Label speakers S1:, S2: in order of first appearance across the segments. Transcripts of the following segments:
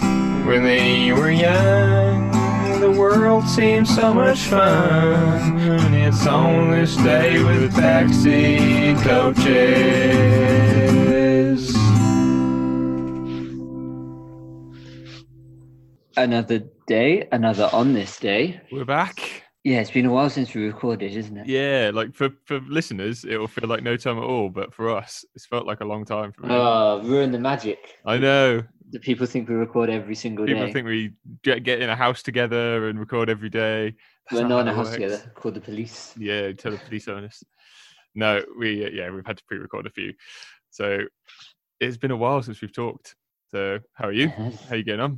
S1: When they were young, the world seemed so much fun. And it's on this day with the taxi coaches.
S2: Another day, another on this day.
S3: We're back.
S2: Yeah, it's been a while since we recorded, isn't it?
S3: Yeah, like for, for listeners, it will feel like no time at all, but for us, it's felt like a long time. For me.
S2: Oh, ruin the magic.
S3: I know
S2: The people think we record every single
S3: people
S2: day.
S3: think we get, get in a house together and record every day. That's
S2: We're not in
S3: how
S2: a
S3: it
S2: house
S3: works.
S2: together. Call the police.
S3: Yeah, tell the police on us. No, we uh, yeah we've had to pre-record a few, so it's been a while since we've talked. So how are you? How
S2: it's
S3: you getting on?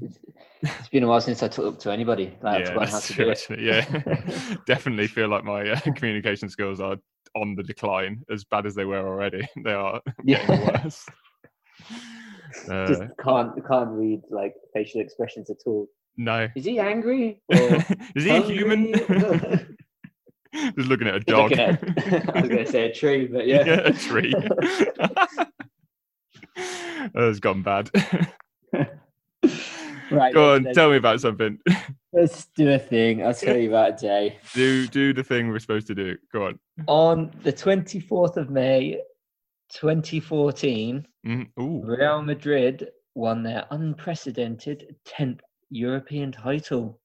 S2: been a while since I talked to anybody. Like,
S3: yeah,
S2: about how
S3: that's
S2: to
S3: true.
S2: do it.
S3: actually, Yeah, definitely feel like my uh, communication skills are on the decline, as bad as they were already. They are getting
S2: Yeah.
S3: worse. Uh,
S2: Just can't can't read like facial expressions at all.
S3: no.
S2: Is he angry? Or
S3: Is he human?
S2: hungry?
S3: Just looking at a dog.
S2: Looking at- I was going to say a tree, but yeah.
S3: a tree. oh, it's gone bad.
S2: Right,
S3: Go
S2: let's-
S3: on,
S2: let's-
S3: tell me about something.
S2: Let's do a thing. I'll tell you about a day.
S3: Do do the thing we're supposed to do. Go on.
S2: On the 24th of May, 2014,
S3: Mm, ooh.
S2: Real Madrid won their unprecedented 10th European title.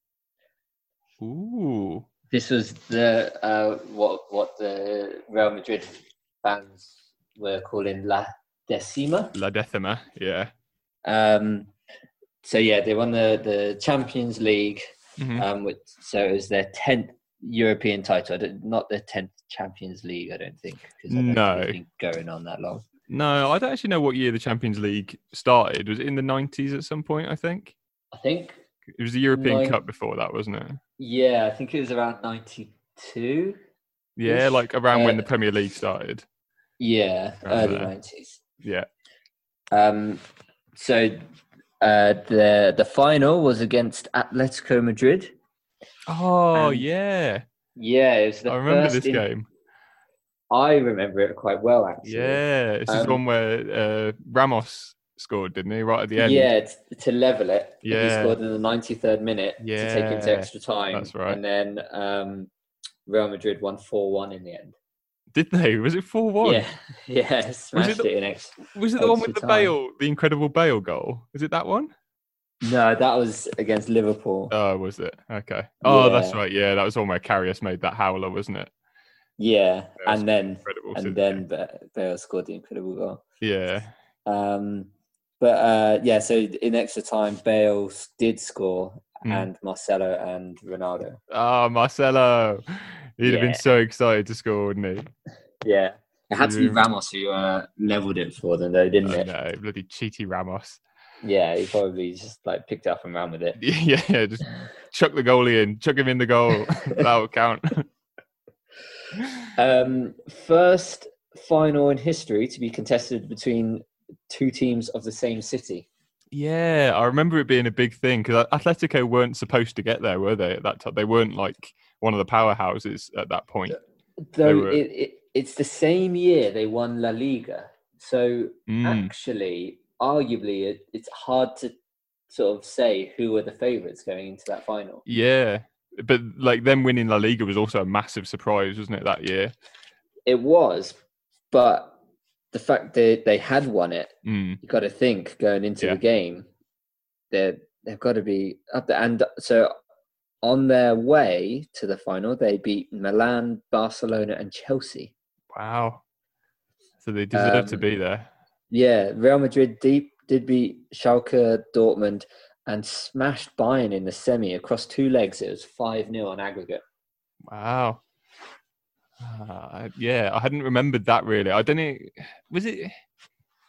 S3: Ooh.
S2: This was the uh, what what the Real Madrid fans were calling La Decima.
S3: La Decima. Yeah.
S2: Um, so yeah, they won the, the Champions League,
S3: Mhm.
S2: um, which, so it was their 10th European title, I don't- not their 10th Champions League, I don't think. 'cause I don't think
S3: No.
S2: it's been going on that long.
S3: No, I don't actually know what year the Champions League started. Was it in the 90s at some point, I think?
S2: I think,
S3: It was the European
S2: Nin-
S3: Cup before that, wasn't it?
S2: yeah, I think it was around 92.
S3: Yeah, like around when
S2: Uh,
S3: the Premier League started.
S2: Yeah,
S3: Around
S2: early
S3: there.
S2: nineties.
S3: Yeah.
S2: Um, so uh, the the final was against Atletico Madrid.
S3: Oh,
S2: and-
S3: yeah.
S2: Yeah, it was the
S3: I remember
S2: first
S3: this
S2: in-
S3: game.
S2: I remember it quite well, actually.
S3: Yeah, it's this
S2: Um,
S3: one where uh, Ramos scored, didn't he? Right at the end.
S2: Yeah, t- to level it, he
S3: Yeah.
S2: scored in the ninety-third minute to take it to
S3: Yeah,
S2: extra time.
S3: that's right.
S2: And then um, Real Madrid won four-one in the end.
S3: Did they? Was it four one?
S2: Yeah, yeah, smashed it,
S3: the-
S2: in extra.
S3: Was it the one with
S2: Extra
S3: the
S2: time.
S3: Bale, the incredible Bale goal? Is it that one?
S2: No, that was against Liverpool.
S3: Oh, was it? Okay. Oh, that's
S2: Yeah.
S3: right. Yeah, that was one where Carrius made that howler, wasn't it?
S2: yeah,
S3: was
S2: and then
S3: Incredible.
S2: and
S3: didn't
S2: then Ba- Bale scored the incredible goal.
S3: it? Yeah.
S2: Um, but uh, yeah, so in extra time, Bale s- did score,
S3: Mm.
S2: and Marcelo and Ronaldo.
S3: Oh, Marcelo. He'd have
S2: Yeah.
S3: been so excited to score, wouldn't he?
S2: Yeah, it had to be
S3: Yeah.
S2: Ramos who uh, leveled it for them, though, didn't
S3: Oh,
S2: it?
S3: no, bloody cheaty Ramos.
S2: Yeah, he probably just like picked up and ran with it.
S3: yeah, yeah, just chuck the goalie in, chuck him in the goal. that would count.
S2: Um, first final in history to be contested between two teams of the same city.
S3: Yeah, I remember it being a big thing because Atletico weren't supposed to get there, were they? At that time, they weren't like one of the powerhouses at that point.
S2: Though
S3: were-
S2: it, it, it's the same year they won La Liga, so
S3: Mm.
S2: actually, arguably, it, it's hard to sort of say who were the favourites going into that final.
S3: Yeah, but like them winning La Liga was also a massive surprise, wasn't it? That year.
S2: It was, but the fact that they had won it,
S3: Mm.
S2: you got to think going into
S3: Yeah.
S2: the game, they they've got to be up there. And so, on their way to the final, they beat Milan, Barcelona, and Chelsea.
S3: Wow. So they deserve to
S2: Um,
S3: be there.
S2: Yeah, Real Madrid deep did beat Schalke, Dortmund. And smashed Bayern in the semi across two legs. It was 5 0 on aggregate.
S3: Wow. Ah, yeah, I hadn't remembered that really. I don't know. Was it?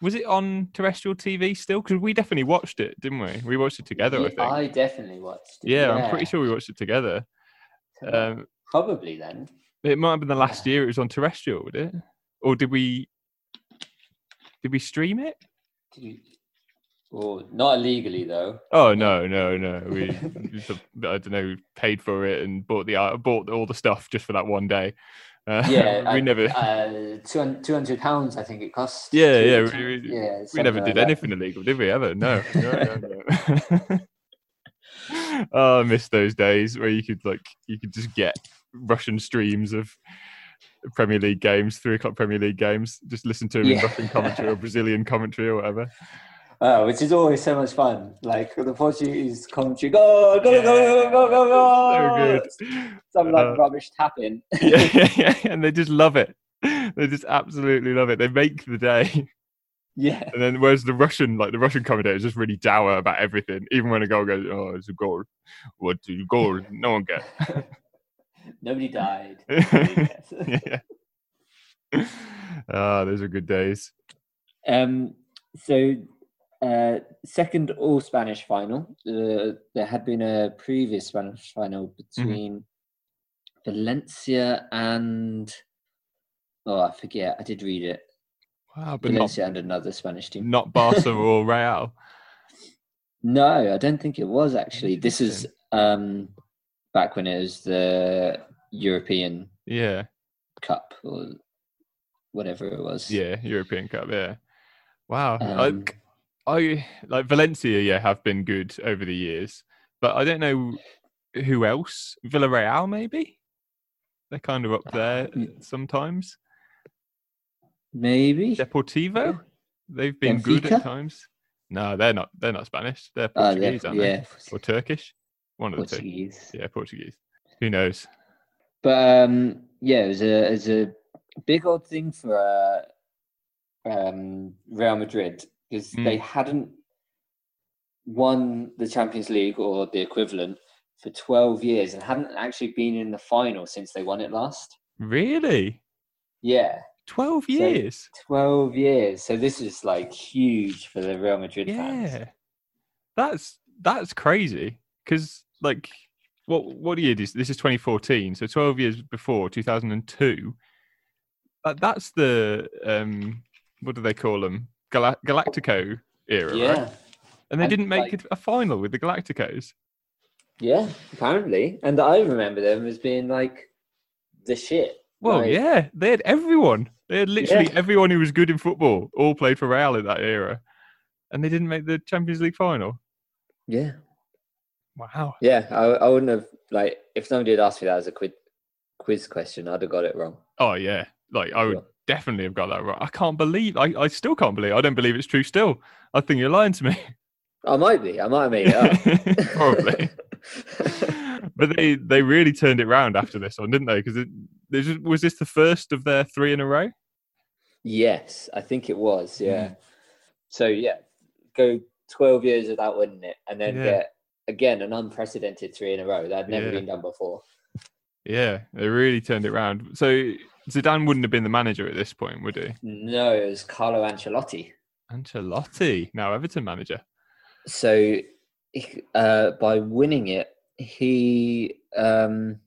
S3: Was it on terrestrial TV still? Because we definitely watched it, didn't we? We watched it together, I
S2: Yeah,
S3: think.
S2: I definitely watched. it,
S3: yeah, I'm pretty sure we watched it together. Um,
S2: Probably then.
S3: It might have been the last year it was on terrestrial, would it? Or did we did we stream it?
S2: Did you... Well, not illegally though.
S3: Oh no, no, no. We I don't know, paid for it and bought the art- bought all the stuff just for that one day. Uh,
S2: Yeah,
S3: we
S2: I-
S3: never
S2: Uh, two hundred pounds, I think it costs.
S3: Yeah, yeah,
S2: two-
S3: we- we-
S2: yeah,
S3: we
S2: something
S3: never
S2: like
S3: did
S2: that.
S3: anything illegal, did we ever? No. no, no, no. oh, I miss those days where you could like you could just get Russian streams of Premier League games, three o'clock Premier League games. Just listen to them in
S4: Yeah.
S3: Russian commentary or Brazilian commentary or whatever.
S2: Oh,
S4: Uh, which is always so much fun. Like the Portuguese commentary, go, go, go, go, go, go, go.
S3: So good.
S4: Some like
S3: Uh,
S4: rubbish tapping.
S3: yeah, yeah, yeah, and they just love it. They just absolutely love it. They make the day.
S4: Yeah.
S3: And then whereas the Russian, like the Russian commentator, is just really dour about everything. Even when a goal goes, oh, it's a goal. What do you goal? No one gets.
S4: Nobody died.
S3: yeah. Ah, those are good days.
S2: Um, so, uh, second all Spanish final. Uh, there had been a previous Spanish
S3: Mhm.
S2: final between Valencia and oh, I forget. I did read it.
S3: Wow, but not,
S2: Valencia and another Spanish team.
S3: not Barca or Real.
S2: No, I don't think it was actually. This is um, back when it was the European
S3: Yeah,
S2: Cup or whatever it was.
S3: yeah, European Cup. Yeah, wow.
S2: Um,
S3: I, I like Valencia. Yeah, have been good over the years, but I don't know who else. Villarreal, maybe. They're kind of up there
S2: Mm.
S3: sometimes.
S2: Maybe. Oh,
S3: Deportivo, they've been good
S2: Benfica?
S3: at times. No, they're not. They're not Spanish. They're
S2: Oh,
S3: Portuguese,
S2: yeah,
S3: aren't they?
S2: yeah,
S3: Or Turkish. One of the two.
S2: Portuguese.
S3: Yeah, Portuguese. Who knows?
S2: But um, yeah, it was a it was a big old thing for uh, um, Real Madrid because
S3: Mm.
S2: they hadn't won the Champions League or the equivalent for twelve years and hadn't actually been in the final since they won it last.
S3: Really?
S2: Yeah,
S3: Twelve
S2: So-
S3: years.
S2: twelve years. So this is like huge for the Real Madrid fans.
S3: yeah. That's that's crazy. Because like, what what year is this? Is twenty fourteen? So twelve years before two thousand and two. That, that's the um, what do they call them? Gala- Galactico era,
S2: Yeah,
S3: right? And they
S2: And,
S3: didn't make
S2: like-
S3: it a final with the Galacticos.
S2: yeah. Apparently, and I remember them as being like the shit.
S3: Well,
S2: Like,
S3: yeah, they had everyone. They had literally
S2: Yeah.
S3: everyone who was good in football all played for Real in that era, and they didn't make the Champions League final.
S2: yeah.
S3: Wow.
S2: Yeah, I, I wouldn't have like if somebody had asked me that as a quiz quiz question, I'd have got it wrong.
S3: Oh yeah, like I would
S2: Sure.
S3: definitely have got that right. I can't believe. I, I still can't believe. I don't believe it's true. Still, I think you're lying to me.
S2: I might be. I might have made it up.
S3: Probably. but they they really turned it round after this one, didn't they? Because this was- was this the first of their three in a row.
S2: yes, I think it was. Yeah.
S3: Mm.
S2: So yeah, go twelve years without winning it, and then
S3: Yeah.
S2: get again an unprecedented three in a row that had never
S3: Yeah.
S2: been done before.
S3: Yeah, they really turned it round. So Zidane wouldn't have been the manager at this point, would he?
S2: No, it was Carlo Ancelotti.
S3: Ancelotti, now Everton manager.
S2: So he- uh, by winning it, he um,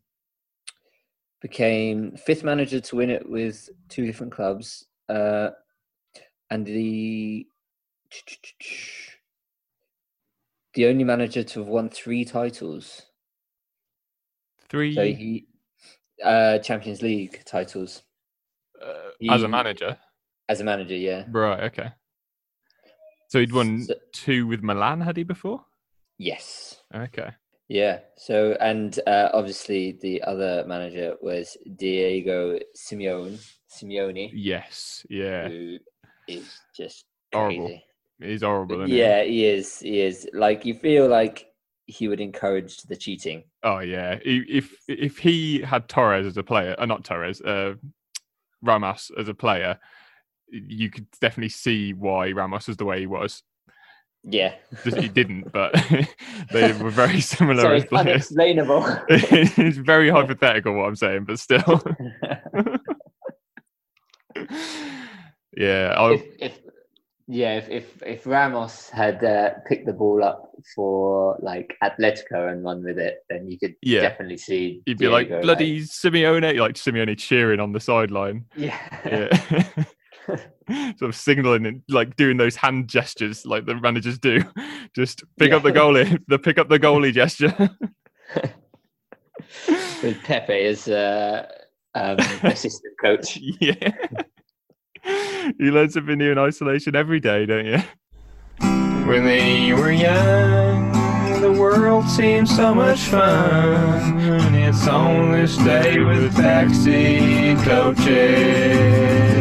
S2: became fifth manager to win it with two different clubs, uh, and the the only manager to have won three titles.
S3: Three
S2: So he uh, Champions League titles
S3: uh, as a
S2: he-
S3: manager,
S2: as a manager. Yeah,
S3: right? Okay. So he'd won
S2: So-
S3: two with Milan, had he before?
S2: yes,
S3: Okay.
S2: yeah. So and uh, obviously the other manager was Diego Simeone. Simeone.
S3: Yes. Yeah.
S2: who is just
S3: Horrible.
S2: crazy.
S3: He's horrible. Isn't he?
S2: Yeah, he is. He is. Like you feel like he would encourage the cheating.
S3: Oh yeah. I- If if he had Torres as a player, uh, not Torres, uh, Ramos as a player, you could definitely see why Ramos was the way he was.
S2: Yeah,
S3: Just he didn't, but they were very similar
S2: so
S3: as
S2: it's
S3: players.
S2: unexplainable.
S3: it's very hypothetical what I'm saying, but still. yeah, I,
S2: if, if yeah, if if, if Ramos had uh, picked the ball up for like Atletico and run with it, then you could
S3: Yeah.
S2: definitely see.
S3: you'd be like
S2: Diego,
S3: bloody Simeone, like Simeone cheering on the sideline,
S2: yeah,
S3: yeah, sort of signaling and like doing those hand gestures like the managers do, just pick up the
S2: Yeah.
S3: goalie, the pick up the goalie gesture.
S2: with Pepe as uh, um, assistant coach.
S3: yeah, you learn something new in isolation every day, don't you?
S1: When they were young, the
S3: world seems so much fun. It's on this day with backseat coaches.